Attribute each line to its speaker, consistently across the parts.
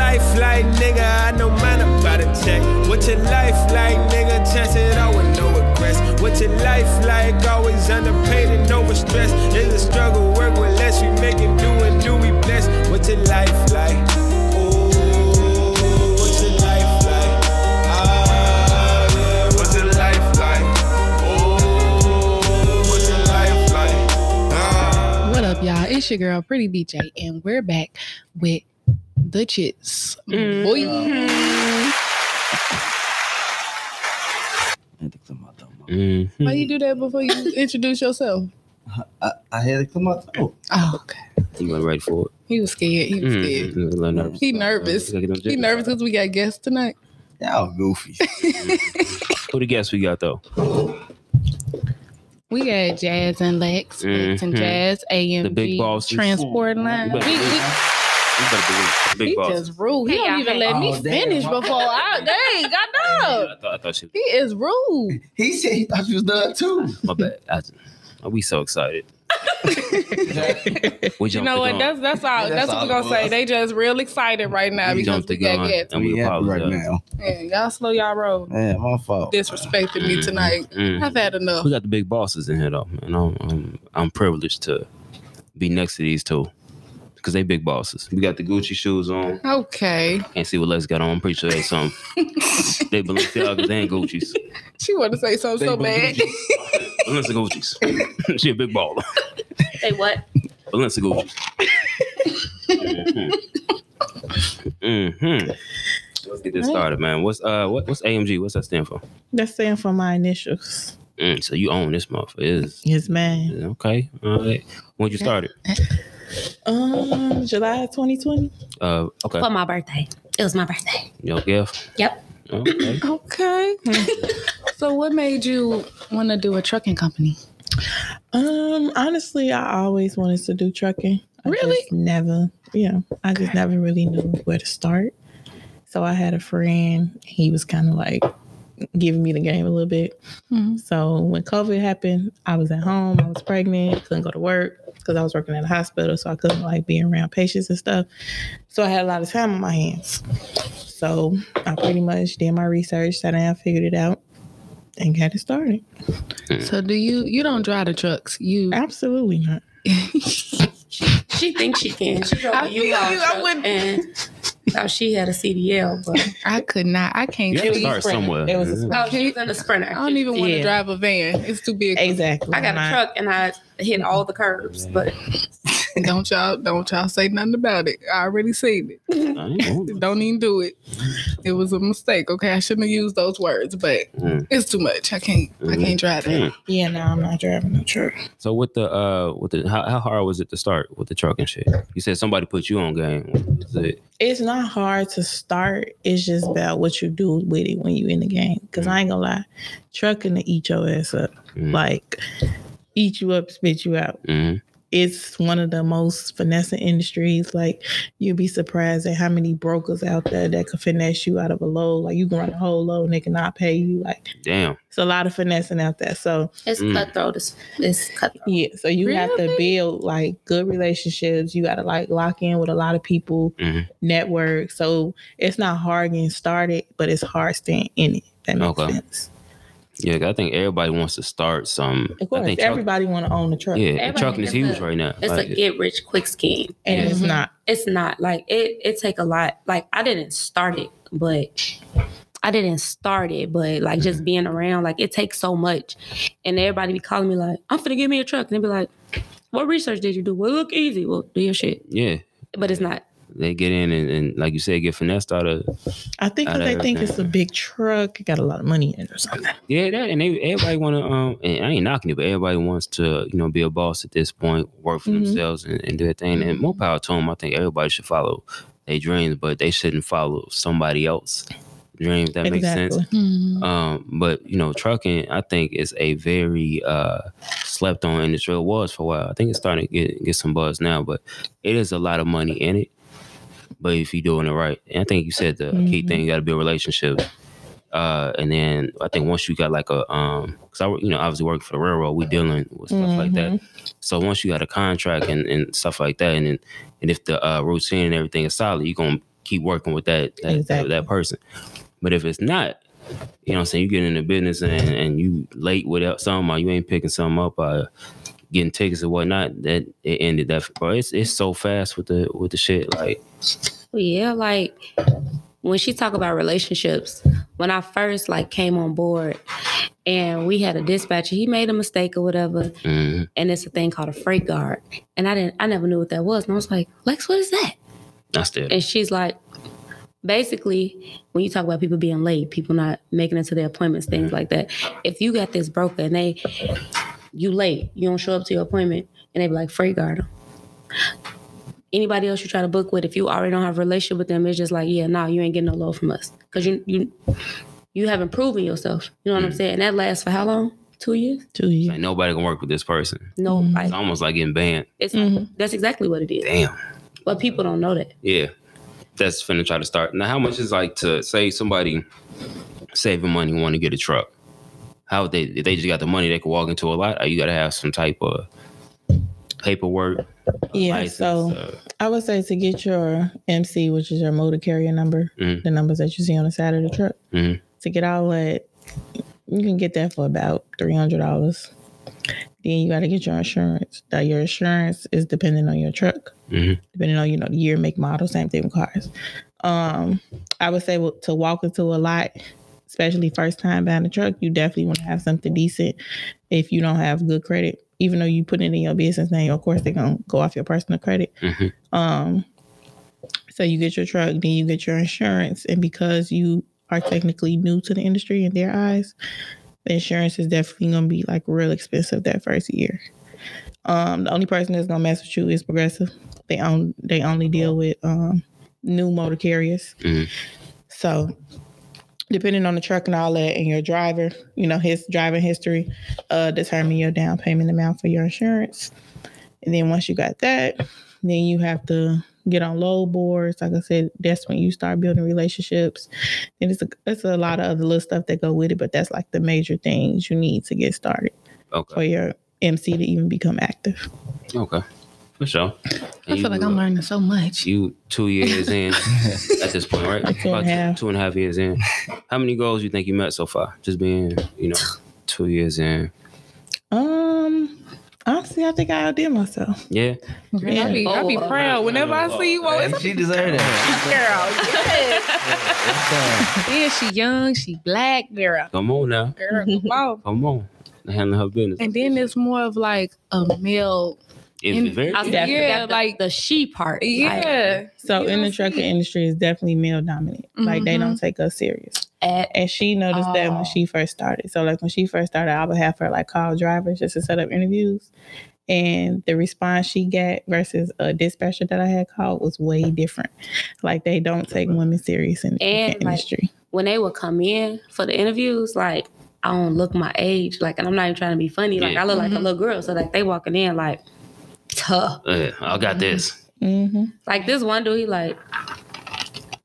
Speaker 1: like, nigga? I know mine about a check. What your life like, nigga? Chance it all with no regrets. What your life like? Always underpaid and overstressed. It's a struggle, work with less. We make it do and do we bless. What your life like? Ooh, what your life like? Ah, yeah, what your life like? Ooh, what your life like? Ah.
Speaker 2: What up, y'all? It's your girl, Pretty DJ, and we're back with the chits. Boy, Mm-hmm.
Speaker 3: I had to clear my throat.
Speaker 2: why you do that before you introduce yourself?
Speaker 3: I, I had to clear my throat.
Speaker 2: Oh, okay. Mm-hmm.
Speaker 4: You went right for
Speaker 2: He was scared. He
Speaker 4: it.
Speaker 2: was
Speaker 4: Mm,
Speaker 2: scared.
Speaker 4: he was a little nervous.
Speaker 2: He nervous. He nervous because we got guests tonight.
Speaker 3: Y'all goofy.
Speaker 4: Who the guests we got though?
Speaker 2: We got Jazz and Lex, Lex and
Speaker 4: Mhm.
Speaker 2: Jazz, AMG,
Speaker 4: The big bosses.
Speaker 2: Transport Line.
Speaker 4: We
Speaker 2: We,
Speaker 4: better
Speaker 2: we,
Speaker 4: believe- You better believe it.
Speaker 2: he
Speaker 4: Big boss.
Speaker 2: just rude. He
Speaker 5: Hey,
Speaker 2: don't
Speaker 5: y'all,
Speaker 2: even
Speaker 5: hey.
Speaker 2: let me
Speaker 3: Oh, damn.
Speaker 2: finish before I dang goddamn.
Speaker 4: I thought, I thought she
Speaker 2: He is rude.
Speaker 3: he said he thought you was done too.
Speaker 4: my bad. I, oh, we so excited. We jumped
Speaker 2: You know
Speaker 4: the
Speaker 2: what?
Speaker 4: gun.
Speaker 2: That's that's all.
Speaker 3: Yeah,
Speaker 2: That's, what
Speaker 3: that's
Speaker 2: we're
Speaker 3: all
Speaker 2: gonna
Speaker 3: it
Speaker 2: say.
Speaker 3: was.
Speaker 2: They just real excited right now
Speaker 4: we
Speaker 2: because
Speaker 4: jumped
Speaker 2: we
Speaker 4: the
Speaker 2: got
Speaker 4: gun
Speaker 2: guests.
Speaker 4: and we
Speaker 3: happy
Speaker 4: apologize.
Speaker 3: right now.
Speaker 2: Man, y'all slow y'all roll.
Speaker 3: Man, my fault.
Speaker 2: Disrespected me
Speaker 4: Mm,
Speaker 2: tonight.
Speaker 4: mm.
Speaker 2: I've had enough.
Speaker 4: We got the big bosses in here though, and I'm, I'm I'm privileged to be next to these two because they big bosses. We got the Gucci shoes on.
Speaker 2: Okay.
Speaker 4: Can't see what Les got on. I'm pretty sure they some they Balenciagas and Gucci's.
Speaker 2: She wanna say something
Speaker 3: They
Speaker 2: so bad.
Speaker 3: believe
Speaker 4: Balenciaga Gucci's. she a big baller.
Speaker 5: Say what?
Speaker 4: Balenciaga Gucci's. mm-hmm. Let's get this started, man. What's uh what, what's AMG? What's that stand for?
Speaker 6: That's stand for my initials.
Speaker 4: Mm, so you own this motherfucker. It Is
Speaker 6: Yes, man.
Speaker 4: okay. All right. When'd you start it?
Speaker 6: Um, July 2020.
Speaker 4: Uh okay.
Speaker 5: For my birthday. It was my birthday.
Speaker 4: Your gift.
Speaker 5: Yep.
Speaker 4: Okay.
Speaker 2: Okay. so what made you wanna do a trucking company?
Speaker 6: Um, honestly, I always wanted to do trucking. I
Speaker 2: Really?
Speaker 6: Just never. Yeah, I just
Speaker 2: Okay.
Speaker 6: never really knew where to start. So I had a friend. He was kind of like giving me the game a little bit.
Speaker 2: Mhm.
Speaker 6: So when COVID happened, I was at home. I was pregnant. Couldn't go to work because I was working at a hospital, so I couldn't like be around patients and stuff. So I had a lot of time on my hands. So I pretty much did my research, sat down, figured it out, and got it started.
Speaker 4: Mm.
Speaker 2: So do you you don't drive the trucks. You
Speaker 6: Absolutely not.
Speaker 5: She thinks she can. She drove
Speaker 2: I
Speaker 5: a U-Haul
Speaker 2: feel you, I
Speaker 5: truck
Speaker 2: wouldn't-
Speaker 5: Oh, and thought she had a CDL, but
Speaker 2: I could not. I can't
Speaker 4: You had to
Speaker 2: do
Speaker 4: start somewhere.
Speaker 6: It was a
Speaker 5: oh, she's in the sprinter.
Speaker 2: I don't even want to
Speaker 6: Yeah.
Speaker 2: drive a van. It's too big.
Speaker 6: Oh, Exactly.
Speaker 5: I got a
Speaker 6: Mine-
Speaker 5: truck and I hit all the curves, but
Speaker 2: Don't y'all don't y'all say nothing about it. I already seen it.
Speaker 4: I ain't want it.
Speaker 2: Don't even do it. It was a mistake. Okay, I shouldn't have used those words, but
Speaker 4: Mm.
Speaker 2: it's too much. I can't. I can't drive that.
Speaker 4: Mm.
Speaker 6: Yeah, no, I'm not driving no truck.
Speaker 4: So with the uh with the how, how hard was it to start with the truck and shit? You said somebody put you on game. Was it-
Speaker 6: It's not hard to start. It's just about what you do with it when you in the game. Cause I ain't gonna lie, trucking to eat your ass up,
Speaker 4: Mm.
Speaker 6: like eat you up, spit you out.
Speaker 4: Mhm.
Speaker 6: It's one of the most finessing industries. Like you'd be surprised at how many brokers out there that could finesse you out of a load. Like you can run a whole load and they cannot pay you. Like
Speaker 4: Damn.
Speaker 6: it's a lot of finessing out there. So
Speaker 5: it's
Speaker 4: Mm.
Speaker 5: cutthroat. It's, it's cutthroat.
Speaker 6: Yeah, so you have to
Speaker 2: Really?
Speaker 6: build like good relationships. You got to like lock in with a lot of people,
Speaker 4: Mhm.
Speaker 6: network. So it's not hard getting started, but it's hard staying in it. That makes
Speaker 4: Okay.
Speaker 6: sense.
Speaker 4: Yeah, I think everybody wants to start some.
Speaker 6: Of
Speaker 4: I
Speaker 6: course,
Speaker 4: think truck-
Speaker 6: everybody want to own a truck,
Speaker 4: yeah,
Speaker 5: Everybody
Speaker 4: trucking is
Speaker 5: gets
Speaker 4: huge
Speaker 5: a-
Speaker 4: right now.
Speaker 5: It's
Speaker 4: Like,
Speaker 5: a get rich quick scheme.
Speaker 6: and it's
Speaker 2: Mhm.
Speaker 6: not.
Speaker 5: It's not like it. It take a lot. Like I didn't start it, but I didn't start it. But like just being around, like it takes so much, and everybody be calling me like, "I'm finna give me a truck," and they be like, "What research did you do? Well, it look easy. Well, do your shit."
Speaker 4: yeah,
Speaker 5: But it's not.
Speaker 4: they get in and, and like you said, get finessed out of
Speaker 6: I think 'cause
Speaker 4: Out of
Speaker 6: they think it's a
Speaker 4: everything.
Speaker 6: big truck, it got a lot of money in it or something.
Speaker 4: yeah that, and they, everybody want to um. And I ain't knocking it, but everybody wants to you know be a boss at this point, work for
Speaker 6: Mhm.
Speaker 4: themselves and, and do their thing. And more power to them. I think everybody should follow their dreams, but they shouldn't follow somebody else's dreams. That makes sense. Um, but you know, trucking, I think is a very uh slept on industry. It was for a while. I think it's starting to get, get some buzz now, but it is a lot of money in it. But if you're doing it right, and I think you said the key
Speaker 6: Mhm.
Speaker 4: thing you got to build relationships. Uh, and then I think once you got like a um, cause I you know obviously working for the railroad, we dealing with stuff like that. So once you got a contract and, and stuff like that, and then, and if the uh, routine and everything is solid, you're gonna keep working with that that,
Speaker 6: Exactly.
Speaker 4: that person. But if it's not, you know what I'm saying, you get in the business and, and you late without something or you ain't picking something up or getting tickets or whatnot, that it ended that bro. It's it's so fast with the with the shit. Like
Speaker 5: Yeah, like when she talk about relationships, when I first like came on board and we had a dispatcher, he made a mistake or whatever,
Speaker 4: mhm.
Speaker 5: and it's a thing called a freight guard. And I didn't I never knew what that was. And I was like, Lex, what is that?
Speaker 4: I still
Speaker 5: And she's like, basically, when you talk about people being late, people not making it to their appointments, things like that. If you got this broker and they, you late, you don't show up to your appointment, and they be like, freight guard 'em." Anybody else you try to book with, if you already don't have a relationship with them, it's just like, yeah, nah, you ain't getting no load from us because you you you haven't proven yourself. You know what I'm saying? And that lasts for how long? Two years?
Speaker 6: Two years.
Speaker 4: like nobody can work with this person.
Speaker 5: No,
Speaker 6: Mhm.
Speaker 2: Mm-hmm.
Speaker 5: like
Speaker 4: It's almost like getting banned.
Speaker 5: it's
Speaker 6: Mhm.
Speaker 5: that's exactly what it is.
Speaker 4: Damn.
Speaker 5: But people don't know that.
Speaker 4: Yeah. That's finna try to start. Now, how much is like to say somebody saving money want to get a truck? How would they if they just got the money they could walk into a lot? Or you gotta have some type of paperwork.
Speaker 6: Yeah.
Speaker 4: license,
Speaker 6: so
Speaker 4: uh,
Speaker 6: I would say to get your MC, which is your motor carrier number,
Speaker 4: Mhm.
Speaker 6: the numbers that you see on the side of the truck,
Speaker 4: Mhm.
Speaker 6: to get all that, you can get that for about three hundred dollars. Then you got to get your insurance. Now your insurance is dependent on your truck,
Speaker 4: Mhm.
Speaker 6: depending on you know the year, make, model, same thing with cars. Um, I would say to walk into a lot, especially first time buying a truck, you definitely want to have something decent. If you don't have good credit, even though you put it in your business name, of course they're gonna go off your personal credit.
Speaker 4: Mhm.
Speaker 6: Um, so you get your truck, then you get your insurance, and because you are technically new to the industry in their eyes, the insurance is definitely gonna be like real expensive that first year. Um, the only person that's gonna mess with you is Progressive. They own they only deal with um new motor carriers.
Speaker 4: Mhm.
Speaker 6: So depending on the truck and all that and your driver, you know, his driving history, uh determine your down payment amount for your insurance. And then once you got that, then you have to get on load boards. Like I said, that's when you start building relationships. And it's a, it's a lot of other little stuff that go with it, but that's like the major things you need to get started for
Speaker 4: Okay.
Speaker 6: your MC to even become active.
Speaker 4: Okay. For sure. uh,
Speaker 2: I feel like I'm learning so much.
Speaker 4: You two years in at this point, right?
Speaker 6: Two and a half.
Speaker 4: two and a half years in. How many goals you think you met so far? Just being, you know, two years in.
Speaker 6: Um, honestly, I think I outdid myself.
Speaker 4: Yeah.
Speaker 2: Girl, I, be, I be
Speaker 5: Oh,
Speaker 2: proud whenever I see you. Oh, it's
Speaker 3: Hey, she deserved that.
Speaker 2: a bitch. She young, she black, girl.
Speaker 4: Come on now.
Speaker 2: Girl, come on.
Speaker 4: Come on. Handling her business.
Speaker 2: And then it's more of like a male.
Speaker 4: It's
Speaker 2: and-
Speaker 4: very
Speaker 5: I was
Speaker 6: Definitely.
Speaker 5: forgot
Speaker 2: Yeah,
Speaker 5: the-
Speaker 2: like-
Speaker 5: the she part. like,
Speaker 2: Yeah.
Speaker 6: So
Speaker 2: You
Speaker 6: in the
Speaker 2: don't see
Speaker 6: trucking
Speaker 2: it. Mm-hmm.
Speaker 6: industry is definitely male dominant. Like they don't take us serious.
Speaker 5: at
Speaker 6: and she noticed that
Speaker 2: Oh.
Speaker 6: when she first started. So like when she first started, I would have her like call drivers just to set up interviews. And the response she got versus a dispatcher that I had called was way different. Like they don't take women serious in the
Speaker 5: And,
Speaker 6: trucking
Speaker 5: like-
Speaker 6: industry.
Speaker 5: when they would come in for the interviews, like I don't look my age, like, and I'm not even trying to be funny. Like
Speaker 4: Yeah.
Speaker 5: I look like
Speaker 2: Mhm.
Speaker 5: a little girl, so like they walking in like tough.
Speaker 4: Yeah, I got this.
Speaker 6: hmm
Speaker 5: Like this one dude, he like,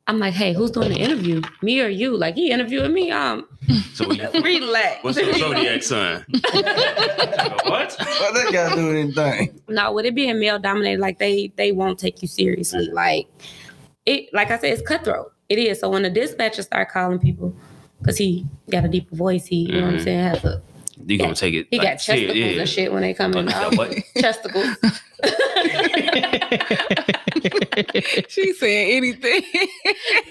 Speaker 5: I'm like, hey, who's doing the interview, me or you? Like he interviewing me. Um,
Speaker 4: So what you-
Speaker 5: relax.
Speaker 4: what's your zodiac sign? what?
Speaker 3: What that guy do anything?
Speaker 5: no, with it being male dominated, like they they won't take you seriously. Like it, like I said, it's cutthroat. It is. So when the dispatcher start calling people, cause he got a deeper voice, he, you know what I'm
Speaker 4: Mhm.
Speaker 5: saying, has a
Speaker 4: You gonna take it?
Speaker 5: He
Speaker 4: like,
Speaker 5: got chesticles
Speaker 4: serious, yeah.
Speaker 5: and shit when they come in.
Speaker 4: Like, what?
Speaker 5: chesticles.
Speaker 2: She said anything.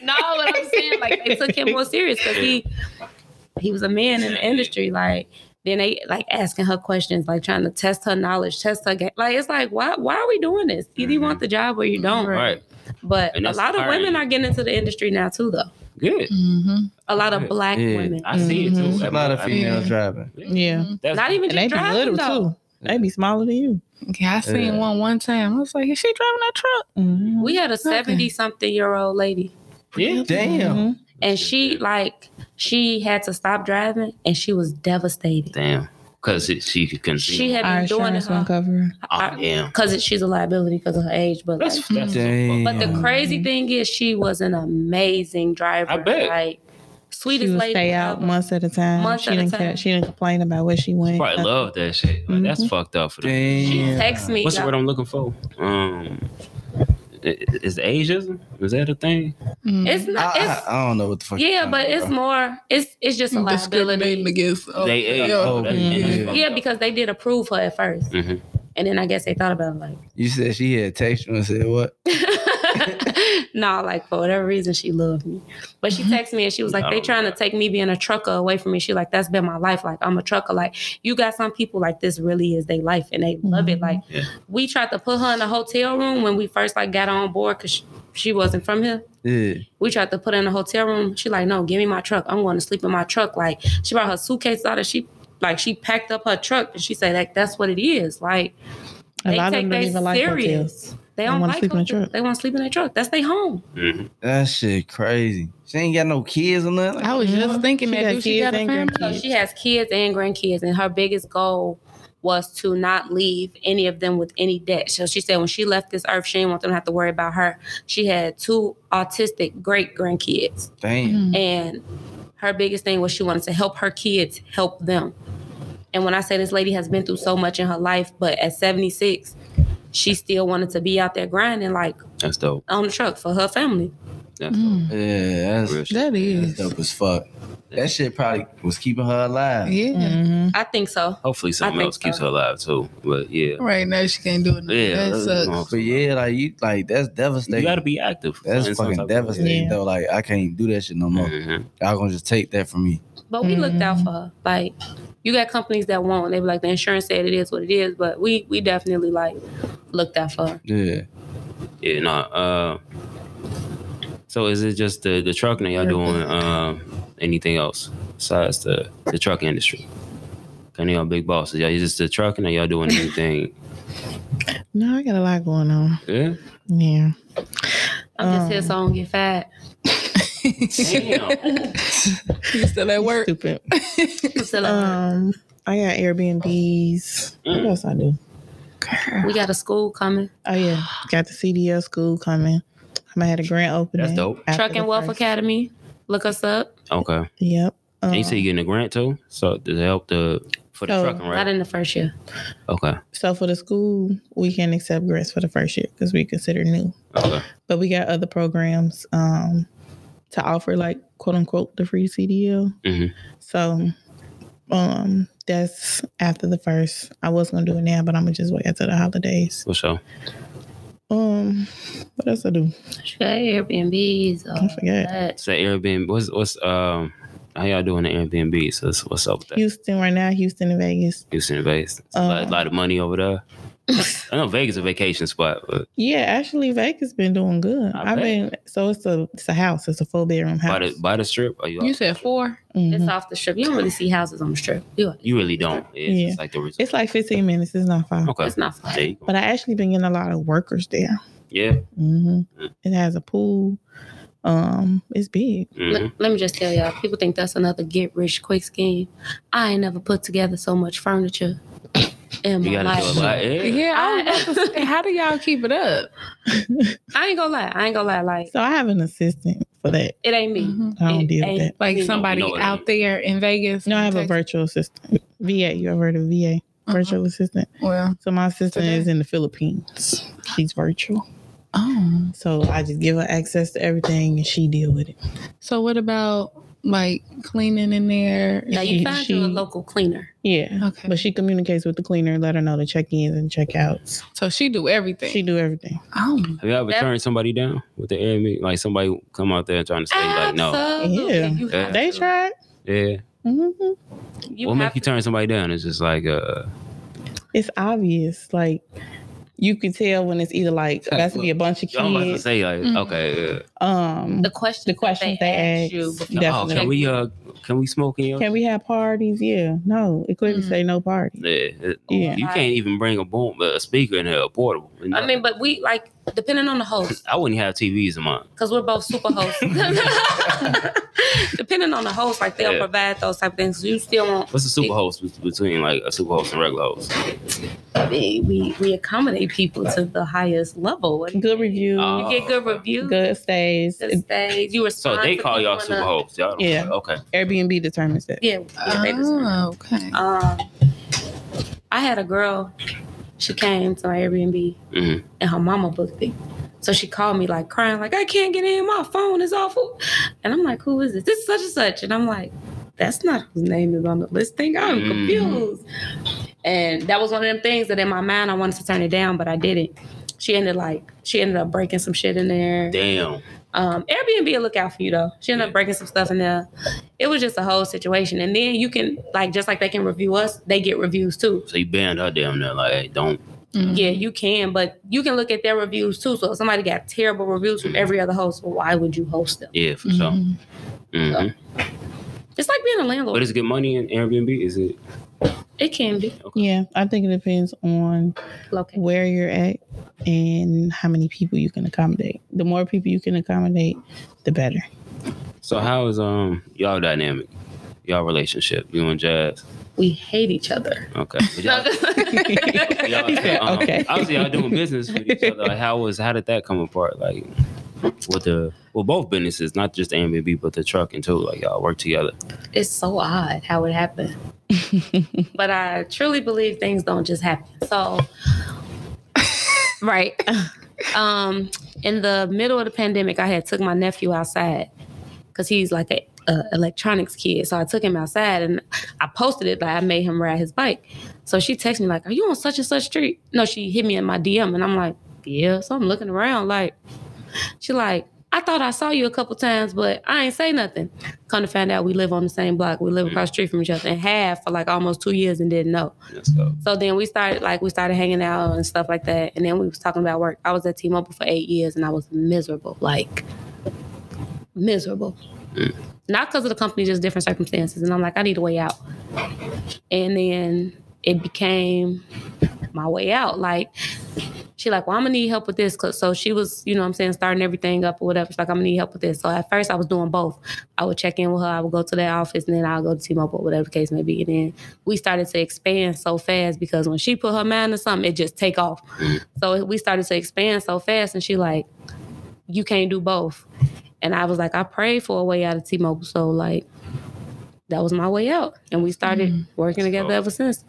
Speaker 5: no, what I'm saying, like they took him more serious because he he was a man in the industry. Like then they like asking her questions, like trying to test her knowledge, test her game. Like it's like why why are we doing this? Either you want the job or you don't.
Speaker 4: Mm-hmm. Right.
Speaker 5: But
Speaker 4: And
Speaker 5: a
Speaker 4: that's
Speaker 5: lot of
Speaker 4: hiring.
Speaker 5: women are getting into the industry now too, though.
Speaker 4: Good.
Speaker 2: Mm-hmm.
Speaker 5: A lot of
Speaker 4: Good.
Speaker 5: black
Speaker 4: Yeah.
Speaker 5: women.
Speaker 4: I see it too.
Speaker 6: Mhm.
Speaker 3: It's a lot of females driving.
Speaker 6: Yeah.
Speaker 4: That's,
Speaker 5: Not even
Speaker 6: And they
Speaker 5: just
Speaker 6: be
Speaker 5: driving
Speaker 6: little
Speaker 5: though.
Speaker 6: too. They be smaller than you.
Speaker 2: Yeah, I seen
Speaker 3: Yeah.
Speaker 2: one one time. I was like, is she driving that truck?
Speaker 6: Mhm.
Speaker 5: We had a seventy something year old lady,
Speaker 4: yeah.
Speaker 3: Damn.
Speaker 6: Mhm.
Speaker 5: and she like she had to stop driving, and she was devastated.
Speaker 4: Damn. Because she couldn't see.
Speaker 5: She had
Speaker 6: Our
Speaker 5: been doing it
Speaker 6: insurance won't cover. her.
Speaker 4: Oh, damn.
Speaker 5: because she's a liability because of her age. But like,
Speaker 4: That's, that's
Speaker 3: Damn.
Speaker 5: but the
Speaker 3: Yeah.
Speaker 5: crazy thing is, she was an amazing driver.
Speaker 4: I bet.
Speaker 5: Like
Speaker 6: She
Speaker 5: sweetest
Speaker 6: would
Speaker 5: lady.
Speaker 6: stay out
Speaker 5: ever.
Speaker 6: months at a time.
Speaker 5: Months
Speaker 6: she
Speaker 5: at a
Speaker 6: didn't
Speaker 5: time.
Speaker 6: Care. She didn't complain about where she went.
Speaker 4: probably love that
Speaker 3: Mm-hmm.
Speaker 4: shit. Like, That's
Speaker 6: Mhm.
Speaker 4: fucked up for them.
Speaker 3: Damn.
Speaker 5: Text me.
Speaker 4: What's the
Speaker 5: y'all.
Speaker 4: word I'm looking for? Um, is ageism? Is that a thing?
Speaker 5: It's not.
Speaker 3: I,
Speaker 5: It's,
Speaker 3: I, I don't know what the fuck. you're
Speaker 5: yeah,
Speaker 3: talking
Speaker 5: but
Speaker 3: about,
Speaker 5: it's
Speaker 3: bro.
Speaker 5: more. It's it's just a
Speaker 2: discriminating
Speaker 5: liability.
Speaker 2: against. oh,
Speaker 4: they age.
Speaker 2: yeah.
Speaker 4: Oh, that-
Speaker 3: Mhm.
Speaker 5: Yeah, because they did approve her at 1st
Speaker 4: Mhm.
Speaker 5: and then I guess they thought about it like,
Speaker 3: You said she had text you and said what?
Speaker 5: no, like for whatever reason she loved me. But
Speaker 6: Mm-hmm.
Speaker 5: she texted me and she was like,
Speaker 4: I
Speaker 5: they
Speaker 4: don't
Speaker 5: trying
Speaker 4: know.
Speaker 5: to take me being a trucker away from me. She like, that's been my life. Like I'm a trucker. Like you got some people like this really is their life and they love it. Like
Speaker 6: Mm-hmm.
Speaker 4: Yeah.
Speaker 5: we tried to put her in a hotel room when we first like got on board because she, she wasn't from here.
Speaker 3: Yeah.
Speaker 5: We tried to put her in a hotel room. She like, no, give me my truck. I'm going to sleep in my truck. Like she brought her suitcase out and she like she packed up her truck and she said like that's what it is. Like
Speaker 6: A
Speaker 5: They
Speaker 6: lot of
Speaker 5: take
Speaker 6: them
Speaker 5: they
Speaker 6: don't even like
Speaker 5: serious.
Speaker 6: hotels.
Speaker 5: they
Speaker 6: They
Speaker 5: don't
Speaker 6: wanna
Speaker 5: like
Speaker 6: sleep in a
Speaker 5: hotel-
Speaker 6: truck.
Speaker 5: They want to sleep in their truck. That's their home.
Speaker 4: Mhm.
Speaker 3: That shit crazy. She ain't got no kids or nothing.
Speaker 2: I was just
Speaker 6: Mhm.
Speaker 2: thinking
Speaker 6: She
Speaker 2: that.
Speaker 6: got
Speaker 2: Do Mm-hmm. she
Speaker 6: kids
Speaker 2: got a
Speaker 6: and
Speaker 2: family?
Speaker 5: So
Speaker 6: grandkids.
Speaker 5: she has kids and grandkids, and her biggest goal was to not leave any of them with any debt. So she said when she left this earth, she didn't want them to have to worry about her. She had two autistic great grandkids,
Speaker 3: Damn.
Speaker 5: and her biggest thing was she wanted to help her kids help them. And when I say this lady has been through so much in her life, but at 76, she still wanted to be out there grinding, like
Speaker 4: That's dope.
Speaker 5: on the truck for her family.
Speaker 4: That's
Speaker 5: Mm.
Speaker 3: Yeah,
Speaker 4: dope. Real
Speaker 3: that's,
Speaker 4: shit.
Speaker 2: That
Speaker 3: that's
Speaker 2: is.
Speaker 3: dope as fuck. That shit probably was keeping her alive.
Speaker 2: Yeah.
Speaker 6: Mhm.
Speaker 5: I think so.
Speaker 4: Hopefully something
Speaker 5: think
Speaker 4: else keeps
Speaker 5: so.
Speaker 4: her alive too. But yeah.
Speaker 2: Right now she can't do it.
Speaker 4: Yeah,
Speaker 2: that
Speaker 4: that's-
Speaker 2: sucks.
Speaker 3: But yeah, like you like that's devastating.
Speaker 4: You gotta be active.
Speaker 3: that's
Speaker 4: in some type
Speaker 3: fucking
Speaker 4: of way.
Speaker 3: devastating
Speaker 6: Yeah.
Speaker 3: though. Like I can't do that shit no more.
Speaker 4: Mhm.
Speaker 3: Y'all gonna just take that from me.
Speaker 5: But we looked out
Speaker 6: Mhm.
Speaker 5: for her. Like you got companies that won't. They be like the insurance said it is what it is, but we we definitely like looked out for her.
Speaker 3: Yeah.
Speaker 4: Yeah, no. Uh, so is it just the the trucking? Are y'all doing um, anything else besides the the truck industry? Any of y'all big bosses? Y'all is just the trucking? Or y'all doing anything?
Speaker 6: No, I got a lot going on.
Speaker 4: yeah.
Speaker 6: Yeah.
Speaker 5: I'm just here
Speaker 6: Um.
Speaker 5: so I don't get fat.
Speaker 4: Damn.
Speaker 2: You still at work?
Speaker 6: Stupid.
Speaker 5: So, like,
Speaker 6: Um, I got Airbnbs. What else I do? Uh.
Speaker 5: we got a school coming.
Speaker 6: Oh yeah, got the CDL school coming. I had a grant opening.
Speaker 4: That's dope.
Speaker 6: after
Speaker 5: Truck
Speaker 6: the
Speaker 5: and Wealth
Speaker 6: first-
Speaker 5: Academy. Look us up.
Speaker 4: Okay.
Speaker 6: Yep. Um,
Speaker 4: and you said you getting a grant too? So to help the for the
Speaker 6: So-
Speaker 4: trucking,
Speaker 5: Not
Speaker 4: right?
Speaker 5: in the first year.
Speaker 4: Okay.
Speaker 6: So for the school, we can accept grants for the first year because we consider new.
Speaker 4: Okay.
Speaker 6: But we got other programs um, to offer, like quote unquote, the free CDL.
Speaker 4: Mhm.
Speaker 6: So um, that's after the first. I was gonna do it now, but I'm gonna just wait until the holidays.
Speaker 4: For sure.
Speaker 6: Um, what else I do?
Speaker 5: She got Airbnbs. all
Speaker 6: I forget.
Speaker 5: that.
Speaker 4: So Airbnb, what's what's um how y'all doing the Airbnb? So what's, what's up with that?
Speaker 6: Houston right now, Houston and Vegas.
Speaker 4: Houston, Vegas. It's a lot,
Speaker 6: Uh,
Speaker 4: lot of money over there. I know Vegas is a vacation spot, but
Speaker 6: Yeah, actually, Vegas been doing good.
Speaker 4: I
Speaker 6: I,
Speaker 4: bet.
Speaker 6: mean, so it's a it's a house. It's a four bedroom house.
Speaker 4: by the by the strip, are you,
Speaker 2: You said four.
Speaker 6: Mhm.
Speaker 5: It's off the strip. You don't really see houses on the strip. You,
Speaker 4: you really don't. It's
Speaker 6: Yeah.
Speaker 4: just like the resort.
Speaker 6: It's like 15 minutes. It's not far.
Speaker 4: okay. Mm-hmm.
Speaker 5: it's not fun.
Speaker 4: There you go.
Speaker 6: But I actually been getting a lot of workers there.
Speaker 4: Yeah.
Speaker 6: hmm It has a pool. Um, it's big.
Speaker 4: hmm
Speaker 5: Let, let me just tell y'all, people think that's another get rich quick scheme. I ain't never put together so much furniture in
Speaker 4: You
Speaker 5: my
Speaker 4: gotta
Speaker 5: life.
Speaker 4: do a lot. Yeah.
Speaker 2: Yeah, I was
Speaker 5: I-
Speaker 2: about to say, how do y'all keep it up?
Speaker 5: I ain't gonna lie. I ain't gonna lie. Like
Speaker 6: So I have an assistant for that.
Speaker 5: it ain't me.
Speaker 2: Mhm.
Speaker 6: I don't
Speaker 5: It
Speaker 6: deal with
Speaker 5: ain't
Speaker 6: that.
Speaker 2: Like
Speaker 5: me.
Speaker 2: somebody
Speaker 4: You know what I
Speaker 2: out
Speaker 4: mean.
Speaker 2: there in Vegas.
Speaker 6: No, I have a
Speaker 2: Texas.
Speaker 6: virtual assistant. VA. You ever heard of VA?
Speaker 5: Uh-uh.
Speaker 6: Virtual assistant.
Speaker 2: Well,
Speaker 6: So my assistant
Speaker 2: Today.
Speaker 6: is in the Philippines. She's virtual.
Speaker 2: oh,
Speaker 6: So I just give her access to everything and she deal with it.
Speaker 2: so what about like cleaning in there?
Speaker 5: Now you
Speaker 6: She-
Speaker 5: find
Speaker 6: she-
Speaker 5: you a local cleaner.
Speaker 6: Yeah.
Speaker 2: Okay,
Speaker 6: But she communicates with the cleaner, let her know the check-ins and check-outs.
Speaker 2: so she do everything.
Speaker 6: She do everything.
Speaker 2: oh,
Speaker 4: Have you ever
Speaker 5: That-
Speaker 4: turned somebody down with the Airbnb? Like somebody come out there trying to say like no.
Speaker 5: Absolutely.
Speaker 6: Yeah.
Speaker 5: You have
Speaker 6: They
Speaker 5: to.
Speaker 6: tried.
Speaker 4: Yeah.
Speaker 6: hmm
Speaker 5: You
Speaker 4: what
Speaker 5: have
Speaker 4: make you turn somebody down? It's just like uh
Speaker 6: It's obvious. Like you could tell when it's either like about to be a bunch of
Speaker 4: I'm about to
Speaker 6: kids.
Speaker 4: say like
Speaker 2: Mhm.
Speaker 4: okay. Yeah.
Speaker 6: Um,
Speaker 5: the questions.
Speaker 6: the questions
Speaker 5: that they, ask you.
Speaker 6: ask.
Speaker 5: before-
Speaker 4: Oh, can
Speaker 6: Definitely.
Speaker 4: we uh can we smoke in your
Speaker 6: Can we have parties? Yeah. No, it clearly
Speaker 2: Mm.
Speaker 6: say no party.
Speaker 4: Yeah. it- oh,
Speaker 6: Yeah.
Speaker 4: You can't even bring a boom a speaker in here, a portable.
Speaker 5: I mean, but we like depending on the host,
Speaker 4: I wouldn't have TVs in mine.
Speaker 5: because we're both super hosts. depending on the host, like they'll
Speaker 4: Yeah.
Speaker 5: provide those type of things. You still want
Speaker 4: What's the super host bet- between like a super host and regular host?
Speaker 5: we we, we accommodate people to the highest level. You
Speaker 6: Good reviews,
Speaker 4: Uh,
Speaker 5: get good reviews.
Speaker 6: good stays.
Speaker 5: Good stays. You
Speaker 4: So
Speaker 5: respond.
Speaker 4: they
Speaker 5: to
Speaker 4: call
Speaker 5: people
Speaker 4: y'all
Speaker 5: in a-
Speaker 4: super hosts. Y'all don't-
Speaker 6: Yeah.
Speaker 4: Okay.
Speaker 6: Airbnb determines that.
Speaker 5: Yeah, yeah, they just-
Speaker 2: oh, okay.
Speaker 5: Um, I had a girl. She came to my Airbnb
Speaker 4: Mhm.
Speaker 5: and her mama booked it. So she called me like crying, like I can't get in. My phone is awful. And I'm like, who is this? This is such and such. And I'm like, that's not whose name is on the listing. I'm
Speaker 4: Mm.
Speaker 5: confused. And that was one of them things that in my mind I wanted to turn it down, but I didn't. She ended like she ended up breaking some shit in there.
Speaker 4: Damn.
Speaker 5: Um, Airbnb will look out for you though. She ended
Speaker 4: Yeah.
Speaker 5: up breaking some stuff in there. It was just a whole situation. And then you can like just like they can review us, they get reviews too.
Speaker 4: So you banned her down there. Like, hey, don't.
Speaker 2: Mhm.
Speaker 5: Yeah, you can, but you can look at their reviews too. So if somebody got terrible reviews from every other host, well, why would you host them?
Speaker 4: Yeah, for sure.
Speaker 2: Mhm.
Speaker 4: hmm
Speaker 5: It's like being a landlord.
Speaker 4: But it's good money in Airbnb. Is it?
Speaker 5: it can be
Speaker 6: Yeah, I think it depends on
Speaker 5: located.
Speaker 6: where you're at and how many people you can accommodate. The more people you can accommodate, the better.
Speaker 4: So how is um y'all dynamic? Y'all relationship? You and Jazz?
Speaker 5: We hate each other.
Speaker 4: Okay. But
Speaker 5: No,
Speaker 4: y'all-
Speaker 5: I'm just-
Speaker 4: y'all-
Speaker 6: He said,
Speaker 4: um,
Speaker 6: okay.
Speaker 4: Obviously, y'all doing business with each other. Like, how was how did that come apart? Like, with the well, both businesses, not just Airbnb, but the trucking too. Like, y'all work together.
Speaker 5: it's so odd how it happened. but I truly believe things don't just happen. So, right. Um, in the middle of the pandemic, I had took my nephew outside because he's like a, a electronics kid. So I took him outside and I posted it. Like I made him ride his bike. So she texted me like, "Are you on such and such street?" No, she hit me in my DM, and I'm like, "Yeah." So I'm looking around like, she like. I thought I saw you a couple times, but I ain't say nothing. Come to find out, we live on the same block. We live across the street from each other and have for like almost two years and didn't know.
Speaker 4: Let's go.
Speaker 5: So then we started like we started hanging out and stuff like that. And then we was talking about work. I was at T-Mobile for eight years and I was miserable, like miserable. Not because of the company, just different circumstances. And I'm like, I need a way out. And then it became my way out. Like she like, well, I'm gonna need help with this. 'cause-" so she was, you know what I'm saying, starting everything up or whatever. She's like, I'm gonna need help with this. So at first I was doing both. I would check in with her, I would go to their office, and then I'll go to T-Mobile, whatever the case may be. And then we started to expand so fast because when she put her mind to something, it just take off. So we started to expand so fast, and she like, you can't do both. And I was like, I prayed for a way out of T-Mobile, so like, that was my way out, and we started working together
Speaker 4: dope.
Speaker 5: ever since.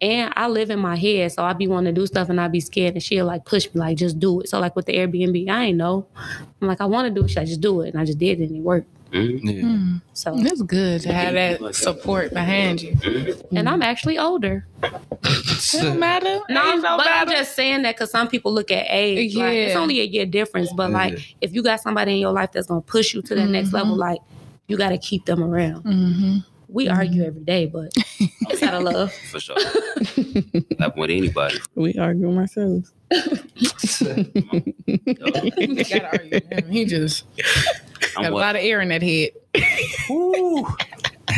Speaker 5: And I live in my head, so I be wanting to do stuff, and I be scared, and she'll like push me, like just do it. So like with the Airbnb, I ain't know. I'm like, I want to do it, should I just do it? And I just did it, and it worked.
Speaker 4: Mhm.
Speaker 3: Yeah.
Speaker 5: So
Speaker 2: That's good to have that support behind you.
Speaker 5: and I'm actually older.
Speaker 2: Doesn't matter.
Speaker 5: No,
Speaker 2: Ain't
Speaker 5: but I'm
Speaker 2: matter.
Speaker 5: just saying that because some people look at age. Like, it's
Speaker 2: Yeah.
Speaker 5: only a year difference, but
Speaker 3: Yeah.
Speaker 5: like if you got somebody in your life that's gonna push you to that next
Speaker 2: Mhm.
Speaker 5: level, like you got to keep them around.
Speaker 2: Mhm.
Speaker 5: We argue every day, but it's out of love.
Speaker 4: For sure. Happen with anybody.
Speaker 6: We argue ourselves.
Speaker 2: You gotta argue with him. He just got
Speaker 4: I'm
Speaker 2: a
Speaker 4: what?
Speaker 2: lot of air in that head.
Speaker 3: Woo.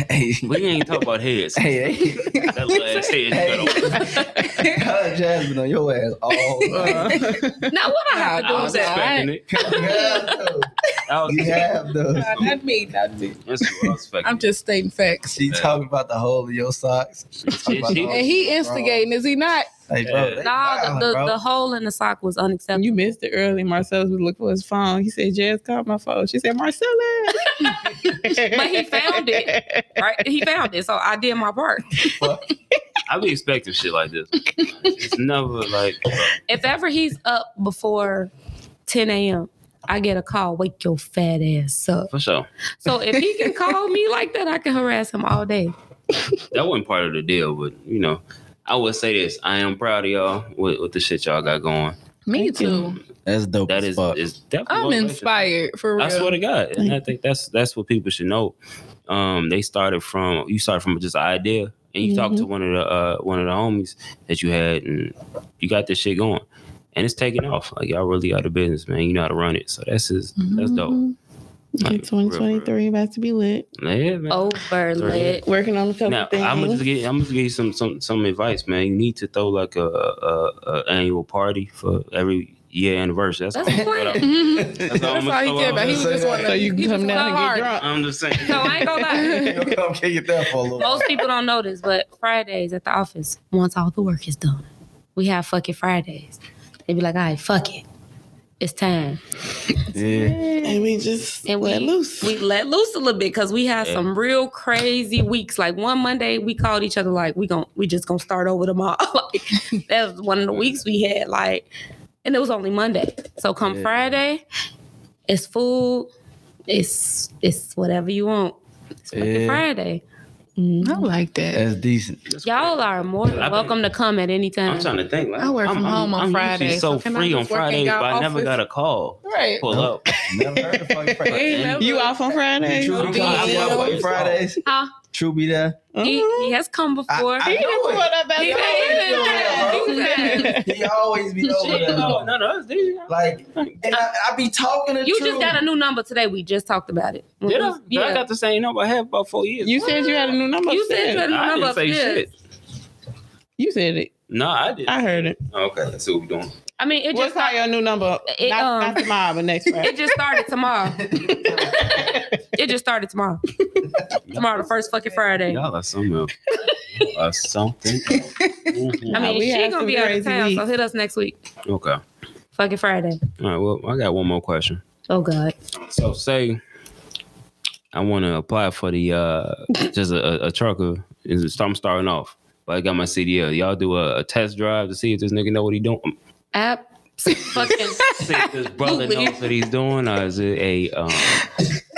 Speaker 3: Hey,
Speaker 4: We ain't talk about heads.
Speaker 3: hey, hey.
Speaker 4: That last head you got on.
Speaker 3: Her Jasmine on your ass all night.
Speaker 5: Now what I have to do
Speaker 4: I
Speaker 5: is
Speaker 4: was
Speaker 5: that
Speaker 4: expecting it.
Speaker 3: You have those.
Speaker 4: I was,
Speaker 3: You have those.
Speaker 2: not me, not me.
Speaker 4: that's what I was expecting.
Speaker 2: I'm just stating facts.
Speaker 3: She talking about the whole of your socks.
Speaker 4: She- she-
Speaker 2: And he instigating, is he not?
Speaker 3: Like, bro, they
Speaker 5: no,
Speaker 3: wild,
Speaker 5: the, the,
Speaker 3: bro.
Speaker 5: the hole in the sock was unacceptable.
Speaker 6: You missed it early. Marcellus was looking for his phone. He said, Jazz called my phone. She said, Marcellus.
Speaker 5: But he found
Speaker 6: it.
Speaker 5: Right, he found it, so I did my part.
Speaker 4: I be expecting shit like this. It's never like
Speaker 5: If ever he's up before 10 a.m., I get a call. Wake your fat ass up.
Speaker 4: for sure.
Speaker 5: So if he can call me like that, I can harass him all day.
Speaker 4: That wasn't part of the deal, but you know, I would say this: I am proud of y'all with, with the shit y'all got going.
Speaker 2: Me too.
Speaker 3: That's dope
Speaker 4: That
Speaker 3: as
Speaker 4: is
Speaker 3: fuck.
Speaker 4: is definitely
Speaker 2: I'm
Speaker 4: motivation.
Speaker 2: inspired for real.
Speaker 4: I swear to God, and I think that's that's what people should know. Um, they started from you started from just an idea, and you talked to
Speaker 2: Mm-hmm.
Speaker 4: one of the uh, one of the homies that you had, and you got this shit going, and it's taking off. Like y'all really out of business, man. You know how to run it, so that's just that's dope.
Speaker 2: Mhm.
Speaker 4: Like, for real, for real.
Speaker 6: 2023 about to be lit.
Speaker 4: Yeah, man.
Speaker 2: Oh,
Speaker 5: Overlit.
Speaker 6: Working on a couple
Speaker 4: Now
Speaker 6: things.
Speaker 4: I'm gonna just get I'm gonna give you some some some advice, man. You need to throw like a, a, a annual party for every year anniversary. That's,
Speaker 5: That's a
Speaker 4: what
Speaker 5: plan.
Speaker 4: I'm,
Speaker 2: Mhm.
Speaker 4: that's all
Speaker 2: That's all
Speaker 4: I'm gonna
Speaker 2: he
Speaker 4: throw
Speaker 2: cared
Speaker 4: out
Speaker 2: about. He was
Speaker 4: there.
Speaker 2: just wanting
Speaker 6: so
Speaker 2: to.
Speaker 6: you can
Speaker 2: he
Speaker 6: come
Speaker 2: just
Speaker 6: down and
Speaker 2: wanted
Speaker 6: get
Speaker 2: hard.
Speaker 6: drunk.
Speaker 4: I'm just saying.
Speaker 5: No, I ain't gonna lie.
Speaker 3: You Come kick it down for a little
Speaker 5: Most people don't know this, but Fridays at the office, once all the work is done, we have fucking Fridays. They be like, all right, fuck it. It's time.
Speaker 3: Yeah.
Speaker 6: and we just
Speaker 5: And we
Speaker 6: let loose.
Speaker 5: We let loose a little bit because we had some real crazy weeks. Like one Monday, we called each other like we gon' we just gonna start over tomorrow. like that was one of the weeks we had. Like and it was only Monday. So come
Speaker 4: Yeah.
Speaker 5: Friday, it's food, it's it's whatever you want. It's fucking
Speaker 3: Yeah.
Speaker 5: Friday.
Speaker 2: I like that.
Speaker 3: That's decent.
Speaker 5: Y'all are more than welcome to come at any time.
Speaker 4: I'm trying to think. Like,
Speaker 2: I work
Speaker 4: I'm,
Speaker 2: from
Speaker 4: I'm-
Speaker 2: home on
Speaker 4: I'm usually
Speaker 2: Fridays,
Speaker 4: so,
Speaker 2: so can I
Speaker 4: free on
Speaker 2: just work in
Speaker 4: Fridays,
Speaker 2: your
Speaker 4: but I never
Speaker 2: office?
Speaker 4: got a call.
Speaker 2: Right.
Speaker 4: Pull up.
Speaker 3: Never heard of fucking Fridays.
Speaker 6: You off on Friday? Uh-huh.
Speaker 3: True
Speaker 2: Damn.
Speaker 3: be there. Fridays.
Speaker 5: Huh?
Speaker 3: True be there.
Speaker 5: he,
Speaker 6: Mhm.
Speaker 5: he has come before.
Speaker 3: I- I- know it.
Speaker 5: He done- he done-
Speaker 3: He always be over
Speaker 4: No,
Speaker 3: there.
Speaker 4: no, no, it's there.
Speaker 3: Like, and I, I be talking to
Speaker 5: You
Speaker 3: True.
Speaker 5: just got a new number today. We just talked about it.
Speaker 4: Did I?
Speaker 5: Yeah.
Speaker 4: I got the same number I had about four years.
Speaker 6: You said you had a new number.
Speaker 5: You said you had a new
Speaker 4: I
Speaker 5: number
Speaker 4: didn't say
Speaker 5: upstairs.
Speaker 4: shit.
Speaker 6: You said it.
Speaker 4: No, I didn't. Oh,
Speaker 6: I heard it.
Speaker 4: Okay, let's see what we're doing.
Speaker 5: I mean, it
Speaker 6: What's
Speaker 5: just
Speaker 6: call your new number?
Speaker 5: It,
Speaker 6: not,
Speaker 5: um,
Speaker 6: not tomorrow, but next Friday.
Speaker 5: it just started tomorrow. it just started tomorrow. tomorrow, the first fucking Friday.
Speaker 4: Y'all are something else. Y'all are something. else. Mhm.
Speaker 5: I mean,
Speaker 6: We
Speaker 5: she
Speaker 6: had
Speaker 5: gonna
Speaker 6: some
Speaker 5: be out of
Speaker 6: crazy
Speaker 5: town, so
Speaker 6: weeks.
Speaker 5: hit us next week,
Speaker 4: okay. All
Speaker 5: fucking Friday.
Speaker 4: right. Well, I got one more question.
Speaker 5: Oh God.
Speaker 4: So say I want to apply for the uh just a, a, a trucker. Is it- I'm starting off, but I got my CDL. Y'all do a, a test drive to see if this nigga know what he doing.
Speaker 5: App. Fucking.
Speaker 4: See if this brother knows what he's doing, or is it a um,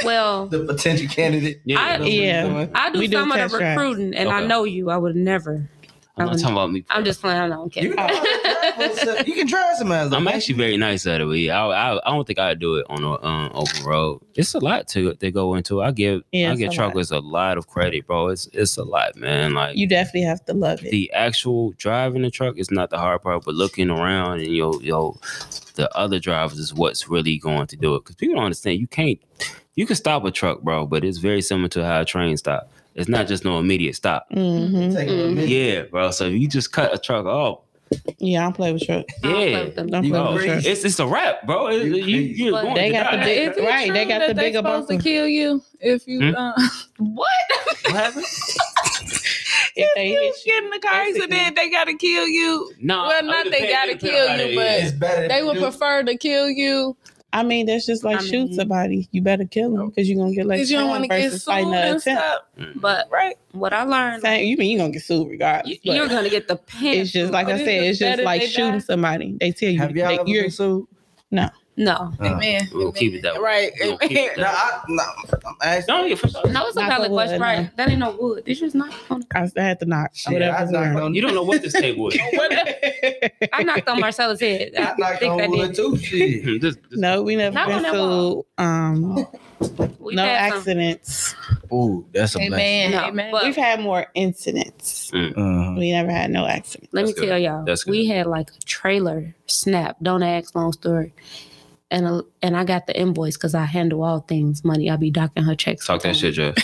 Speaker 5: Well,
Speaker 3: the potential candidate.
Speaker 4: yeah?
Speaker 5: I-
Speaker 3: That's what
Speaker 6: yeah.
Speaker 3: he's doing.
Speaker 5: I do
Speaker 6: We do
Speaker 5: some of
Speaker 6: test
Speaker 5: the
Speaker 6: drives.
Speaker 5: recruiting, and I
Speaker 4: Okay.
Speaker 5: know you. I would never.
Speaker 4: I'm not talking about me.
Speaker 5: I'm just playing. I don't care.
Speaker 3: You can, drive, you can drive some ass.
Speaker 4: I'm actually very nice at it. but yeah, I, I I don't think I'd do it on a um, open road. It's a lot to to go into. I give
Speaker 6: Yeah,
Speaker 4: I
Speaker 6: it's a
Speaker 4: give
Speaker 6: lot.
Speaker 4: truckers a lot of credit, bro. It's it's a lot, man. Like
Speaker 6: You definitely have to love it.
Speaker 4: the actual driving the truck is not the hard part, but looking around and yo yo, the other drivers is what's really going to do it. Because people don't understand, you can't you can stop a truck, bro, but it's very similar to how a train stop. It's not just no immediate stop.
Speaker 6: hmm
Speaker 3: Take a
Speaker 5: Mm-hmm.
Speaker 3: little minute.
Speaker 4: Yeah, bro. So if you just cut a truck off,
Speaker 6: Yeah, I don't play with trucks.
Speaker 5: I don't play
Speaker 4: yeah.
Speaker 5: with them.
Speaker 6: Don't
Speaker 3: You
Speaker 6: play
Speaker 4: Bro,
Speaker 6: with
Speaker 3: agree?
Speaker 6: trucks.
Speaker 4: it's it's a wrap, bro. It-
Speaker 3: You
Speaker 4: you,
Speaker 3: crazy.
Speaker 4: you're
Speaker 5: But
Speaker 4: going
Speaker 6: they
Speaker 4: to
Speaker 6: got the
Speaker 4: die.
Speaker 6: big-
Speaker 2: Is it
Speaker 6: Right, they
Speaker 2: true
Speaker 6: got the
Speaker 2: that they
Speaker 6: bigger
Speaker 2: supposed to
Speaker 6: bumper.
Speaker 2: kill you if you.
Speaker 4: Hmm?
Speaker 2: Uh,
Speaker 5: What?
Speaker 4: What happened?
Speaker 6: If they hit you,
Speaker 2: in a car
Speaker 6: Basically.
Speaker 2: they gotta kill you.
Speaker 4: No,
Speaker 2: Well, not they gotta kill you, but-
Speaker 3: It's better.
Speaker 2: They
Speaker 3: if
Speaker 2: would
Speaker 3: you do-
Speaker 2: prefer to kill you
Speaker 6: I mean, that's just like
Speaker 5: I
Speaker 6: shoot
Speaker 5: mean-
Speaker 6: somebody. You better kill them because you're gonna get like
Speaker 2: because you don't want to get
Speaker 6: versus
Speaker 2: sued
Speaker 6: fighting a
Speaker 2: and
Speaker 6: attempt.
Speaker 2: stuff.
Speaker 5: But
Speaker 6: Right?
Speaker 5: what I learned,
Speaker 6: Same. You mean you're gonna get sued regardless?
Speaker 5: you, you're
Speaker 6: but
Speaker 5: gonna get the pants.
Speaker 6: it's just like
Speaker 2: But
Speaker 6: I
Speaker 2: it's
Speaker 6: said.
Speaker 2: just
Speaker 6: It's just
Speaker 2: better
Speaker 6: like
Speaker 2: they die.
Speaker 6: shooting somebody. They tell you
Speaker 3: Have y'all
Speaker 6: like,
Speaker 3: ever
Speaker 6: you're
Speaker 3: been sued?
Speaker 5: no,
Speaker 3: Uh,
Speaker 2: Man,
Speaker 4: We'll keep it that way.
Speaker 2: right.
Speaker 4: We'll keep it
Speaker 3: nah,
Speaker 4: that
Speaker 3: I, nah, I'm asking.
Speaker 4: No, yeah, for sure.
Speaker 5: no, it's a
Speaker 6: Knock
Speaker 5: valid
Speaker 6: on wood,
Speaker 5: question,
Speaker 6: no.
Speaker 5: right? That ain't no wood. This just not. On
Speaker 6: I had to knock.
Speaker 3: Shit, I
Speaker 6: whatever's
Speaker 3: knocked
Speaker 6: around.
Speaker 3: on
Speaker 4: You don't know what this table is.
Speaker 5: it. I knocked on Marcella's head.
Speaker 3: I
Speaker 5: I
Speaker 3: knocked
Speaker 5: think
Speaker 3: on
Speaker 5: that
Speaker 3: wood
Speaker 5: did.
Speaker 3: too. Shit.
Speaker 4: Hmm, this- this-
Speaker 6: No, we never
Speaker 5: Knock on
Speaker 6: been
Speaker 5: that
Speaker 6: sued.
Speaker 5: wall.
Speaker 6: Um,
Speaker 5: We
Speaker 6: no
Speaker 5: had some.
Speaker 6: accidents.
Speaker 3: Ooh, that's a blessing.
Speaker 2: Amen.
Speaker 5: No,
Speaker 2: Amen.
Speaker 5: but-
Speaker 6: We've had more incidents.
Speaker 3: Uh,
Speaker 6: We never had no accidents.
Speaker 5: Let me
Speaker 4: That's good.
Speaker 5: tell y'all,
Speaker 4: That's
Speaker 5: we had like a trailer snap. Don't ask, long story. And a, and I got the invoice because I handle all things money. I be docking her checks.
Speaker 4: Talk that shit, Jeff.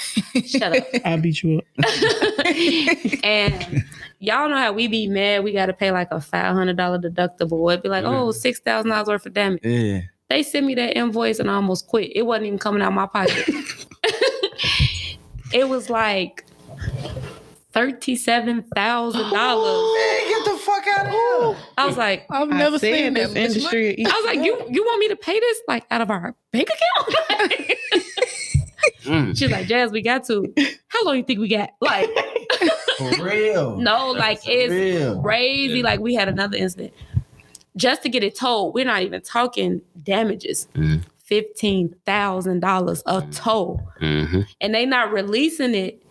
Speaker 5: Shut up.
Speaker 6: I beat you up.
Speaker 5: and y'all know how we be mad. We got to pay like a five hundred dollar deductible. Or It'd be
Speaker 4: Mm-hmm.
Speaker 5: like, oh, six thousand dollars worth of damage.
Speaker 3: yeah.
Speaker 5: They sent me that invoice and I almost quit. It wasn't even coming out of my pocket. it was like thirty-seven thousand dollars.
Speaker 3: Man, get the fuck out of here.
Speaker 5: I was like,
Speaker 2: I've
Speaker 6: I
Speaker 2: never
Speaker 6: said
Speaker 2: seen
Speaker 6: this
Speaker 2: that industry.
Speaker 6: industry.
Speaker 5: I was like, you you want me to pay this like out of our bank account?
Speaker 4: Mm.
Speaker 5: She's like, Jazz, we got to. How long you think we got? Like,
Speaker 3: For real.
Speaker 5: no, like it's
Speaker 3: real.
Speaker 5: crazy.
Speaker 4: Yeah.
Speaker 5: Like we had another incident just to get it towed. We're not even talking damages.
Speaker 4: Mhm.
Speaker 5: Fifteen thousand dollars a tow,
Speaker 4: Mhm.
Speaker 5: and they not releasing it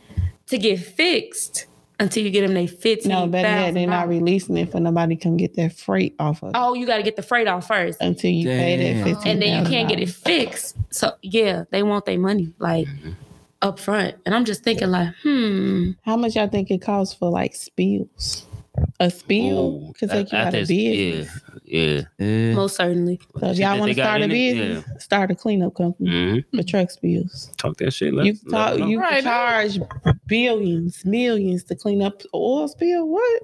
Speaker 5: to get fixed until you get them they fifteen.
Speaker 6: No, better yet, they're not releasing it for nobody come get their freight off of it
Speaker 5: Oh, you got to get the freight off first,
Speaker 6: until you pay that
Speaker 3: Damn.
Speaker 6: fifteen.
Speaker 5: and then you can't get it fixed. So yeah, they want their money like
Speaker 4: Mm-hmm.
Speaker 5: up front, and I'm just thinking like, hmm,
Speaker 6: How much y'all think it costs for like spills? A spill
Speaker 4: Ooh,
Speaker 6: could take
Speaker 4: Oh, I-
Speaker 6: you
Speaker 4: I
Speaker 6: out
Speaker 4: think-
Speaker 6: of business.
Speaker 4: Yeah,
Speaker 3: Yeah.
Speaker 5: most certainly.
Speaker 6: So if
Speaker 4: Shit
Speaker 6: y'all
Speaker 4: that
Speaker 6: want
Speaker 4: they
Speaker 6: to
Speaker 4: got
Speaker 6: start a
Speaker 4: in it,
Speaker 6: business, start a cleanup
Speaker 4: yeah.
Speaker 6: company
Speaker 4: Mhm.
Speaker 6: for truck spills.
Speaker 4: Talk that shit. Let,
Speaker 6: You
Speaker 4: let
Speaker 6: talk,
Speaker 4: them know.
Speaker 6: you
Speaker 2: Right.
Speaker 6: charge billions, millions to clean up an oil spill. What?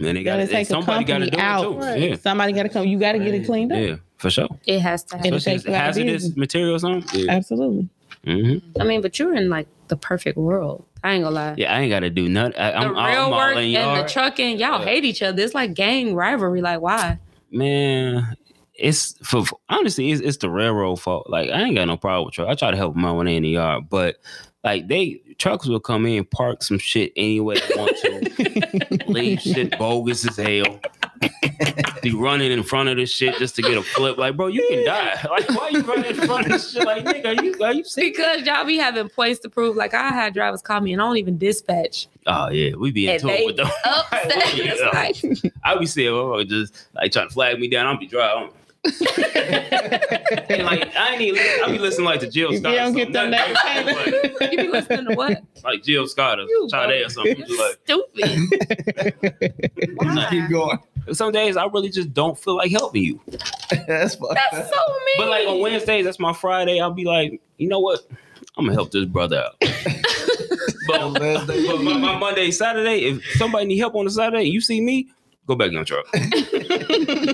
Speaker 4: Then they got
Speaker 6: Gotta take
Speaker 4: it.
Speaker 6: a
Speaker 4: Somebody got to
Speaker 6: company
Speaker 4: do
Speaker 6: out.
Speaker 4: it too.
Speaker 6: Somebody got to come. You got to get it cleaned
Speaker 4: Yeah,
Speaker 6: up.
Speaker 4: yeah, for sure.
Speaker 5: It has to happen.
Speaker 6: It'll
Speaker 4: Especially
Speaker 6: take you out of
Speaker 4: hazardous
Speaker 6: business. Uh,
Speaker 4: materials on. Yeah.
Speaker 6: Absolutely.
Speaker 4: hmm
Speaker 5: I mean, but you're in like the perfect world. I ain't gonna lie.
Speaker 4: yeah, I ain't got to do nothing. I,
Speaker 5: the
Speaker 4: I'm, I'm
Speaker 5: real
Speaker 4: all
Speaker 5: work
Speaker 4: in
Speaker 5: and
Speaker 4: yard.
Speaker 5: the trucking, y'all
Speaker 4: Yeah.
Speaker 5: hate each other. It's like gang rivalry. Like why?
Speaker 4: man. It's for for- honestly, it's, it's the railroad fault. Like I ain't got no problem with truck. I try to help them out when they in the yard, but like they trucks will come in, park some shit any way they want to, leave shit bogus as hell. be running in front of this shit just to get a flip. Like, bro, you can die. Like, why you running in front of this shit? Like, nigga, are you, are you sick?
Speaker 5: Because y'all be having points to prove. Like I had drivers call me and I don't even dispatch.
Speaker 4: Oh, yeah. We be in
Speaker 5: And they
Speaker 4: tune with them.
Speaker 5: upset.
Speaker 4: Yeah.
Speaker 5: It's like,
Speaker 4: I be seeing motherfuckers just like trying to flag me down. I'll be dry. I'm- and like I ain't even I be listening like to Jill
Speaker 6: If you
Speaker 4: Scott.
Speaker 6: don't
Speaker 4: or
Speaker 6: get
Speaker 4: something.
Speaker 6: them
Speaker 4: like,
Speaker 6: next payment.
Speaker 5: you be listening to what?
Speaker 4: like Jill Scott or
Speaker 6: You
Speaker 4: Sade or something.
Speaker 6: bugging.
Speaker 4: Just like
Speaker 5: Stupid.
Speaker 3: Just keep going.
Speaker 4: some days I really just don't feel like helping you.
Speaker 3: That's fucked
Speaker 5: That's so
Speaker 3: up.
Speaker 5: mean.
Speaker 4: But like on Wednesdays, that's my Friday. I'll be like, you know what? I'm gonna help this brother out. but
Speaker 3: Last day,
Speaker 4: but my, my Monday, Saturday, if somebody need help on a Saturday, you see me, go back in the truck.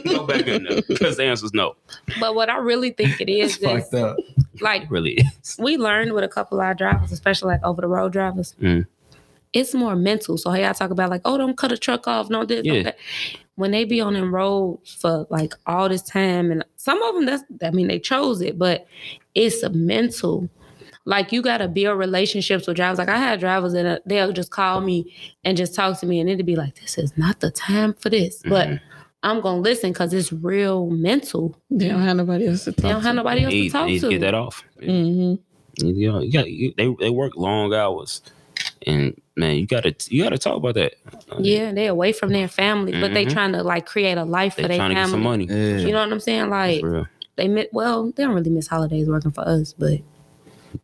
Speaker 4: go back in there because the answer's no.
Speaker 5: But what I really think it
Speaker 3: That's
Speaker 5: is is
Speaker 3: fucked up.
Speaker 5: like
Speaker 4: It really is.
Speaker 5: we learned with a couple of our drivers, especially like over the road drivers,
Speaker 4: Mm.
Speaker 5: it's more mental. So hey, I talk about like, oh, don't cut a truck off, no this,
Speaker 4: Yeah.
Speaker 5: no that. When they be on them roads for like all this time, and some of them, that's I mean, they chose it, but it's a mental. Like you gotta build relationships with drivers. Like I had drivers that uh, they'll just call me and just talk to me, and it'd be like, this is not the time for this,
Speaker 4: Mm-hmm.
Speaker 5: but. I'm gonna listen because it's real mental.
Speaker 6: They don't have nobody else
Speaker 4: Oh,
Speaker 6: to talk
Speaker 5: They don't have nobody else to
Speaker 4: Need,
Speaker 5: talk
Speaker 4: need
Speaker 5: to.
Speaker 4: to get that off.
Speaker 6: hmm
Speaker 4: You know, you got you, they they work long hours, and man, you gotta you gotta talk about that.
Speaker 5: Yeah, they're away from their family, but they
Speaker 4: Mhm.
Speaker 5: trying to like create a life
Speaker 4: They
Speaker 5: for their
Speaker 4: trying to
Speaker 5: family.
Speaker 4: get some money.
Speaker 3: Yeah.
Speaker 5: You know what I'm saying? Like
Speaker 4: For real.
Speaker 5: they miss, well, they don't really miss holidays working for us, but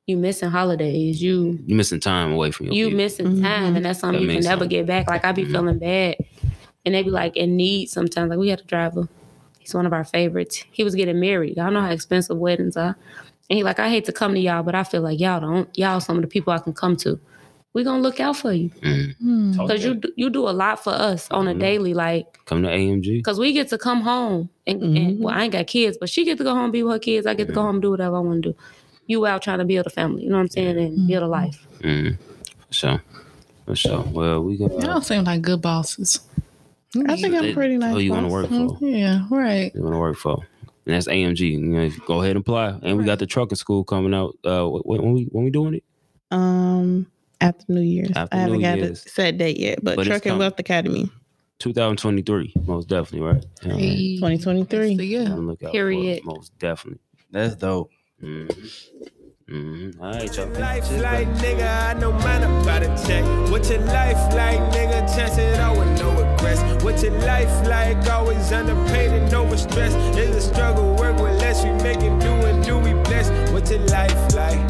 Speaker 5: you missing holidays, you
Speaker 4: You missing time away from your
Speaker 5: you
Speaker 4: people.
Speaker 5: missing
Speaker 6: Mhm.
Speaker 5: time, and that's something
Speaker 4: That
Speaker 5: you can
Speaker 4: means
Speaker 5: never
Speaker 4: something.
Speaker 5: get back. Like I be
Speaker 4: Mhm.
Speaker 5: feeling bad, and they be like in need sometimes. Like we had a driver, he's one of our favorites. He was getting married. Y'all know how expensive weddings are, and he like I hate to come to y'all, but I feel like y'all don't y'all some of the people I can come to. We gonna look out for you
Speaker 4: Mm.
Speaker 2: Hmm.
Speaker 4: Talk
Speaker 5: because
Speaker 4: to
Speaker 5: you do- you do a lot for us on a
Speaker 4: Mhm.
Speaker 5: daily. Like
Speaker 4: come to AMG.
Speaker 5: Cause we get to come home and, and
Speaker 6: Mhm.
Speaker 5: well, I ain't got kids, but she get to go home and be with her kids. I get to go home and do whatever I want to do. You out trying to build a family, you know what I'm saying, and build a life.
Speaker 4: Mm. For sure. For sure. Well, we gonna.
Speaker 2: Y'all seem like good bosses.
Speaker 6: I think I'm
Speaker 4: They
Speaker 6: pretty nice.
Speaker 4: tell you wanna
Speaker 6: boss.
Speaker 4: work
Speaker 6: Mhm.
Speaker 4: for.
Speaker 2: Yeah, right.
Speaker 4: You want to work for. And that's AMG. You know, go ahead and apply. And we got the trucking school coming out. Uh, wh- when, we when we doing it?
Speaker 6: Um, after New Year's,
Speaker 4: After
Speaker 6: I haven't
Speaker 4: New
Speaker 6: got
Speaker 4: Year's.
Speaker 6: a set date yet, but,
Speaker 4: But it's
Speaker 6: Truck and
Speaker 4: coming.
Speaker 6: Wealth Academy
Speaker 4: 2023, most definitely, right? Yeah, man.
Speaker 6: Mm-hmm.
Speaker 2: Hey, that's
Speaker 6: 2023.
Speaker 2: the year.
Speaker 4: I'm on the lookout for it,
Speaker 5: Period.
Speaker 4: Most definitely.
Speaker 3: That's dope.
Speaker 4: hmm Mm-hmm. All right, y'all.
Speaker 1: Life like nigga, I know mine about a check. What your life like, nigga? Chance it all with no regrets. What your life like? Always underpaid and overstressed. It's a struggle, work with less. We make it do and do we bless. What your life like? Ah, Ah,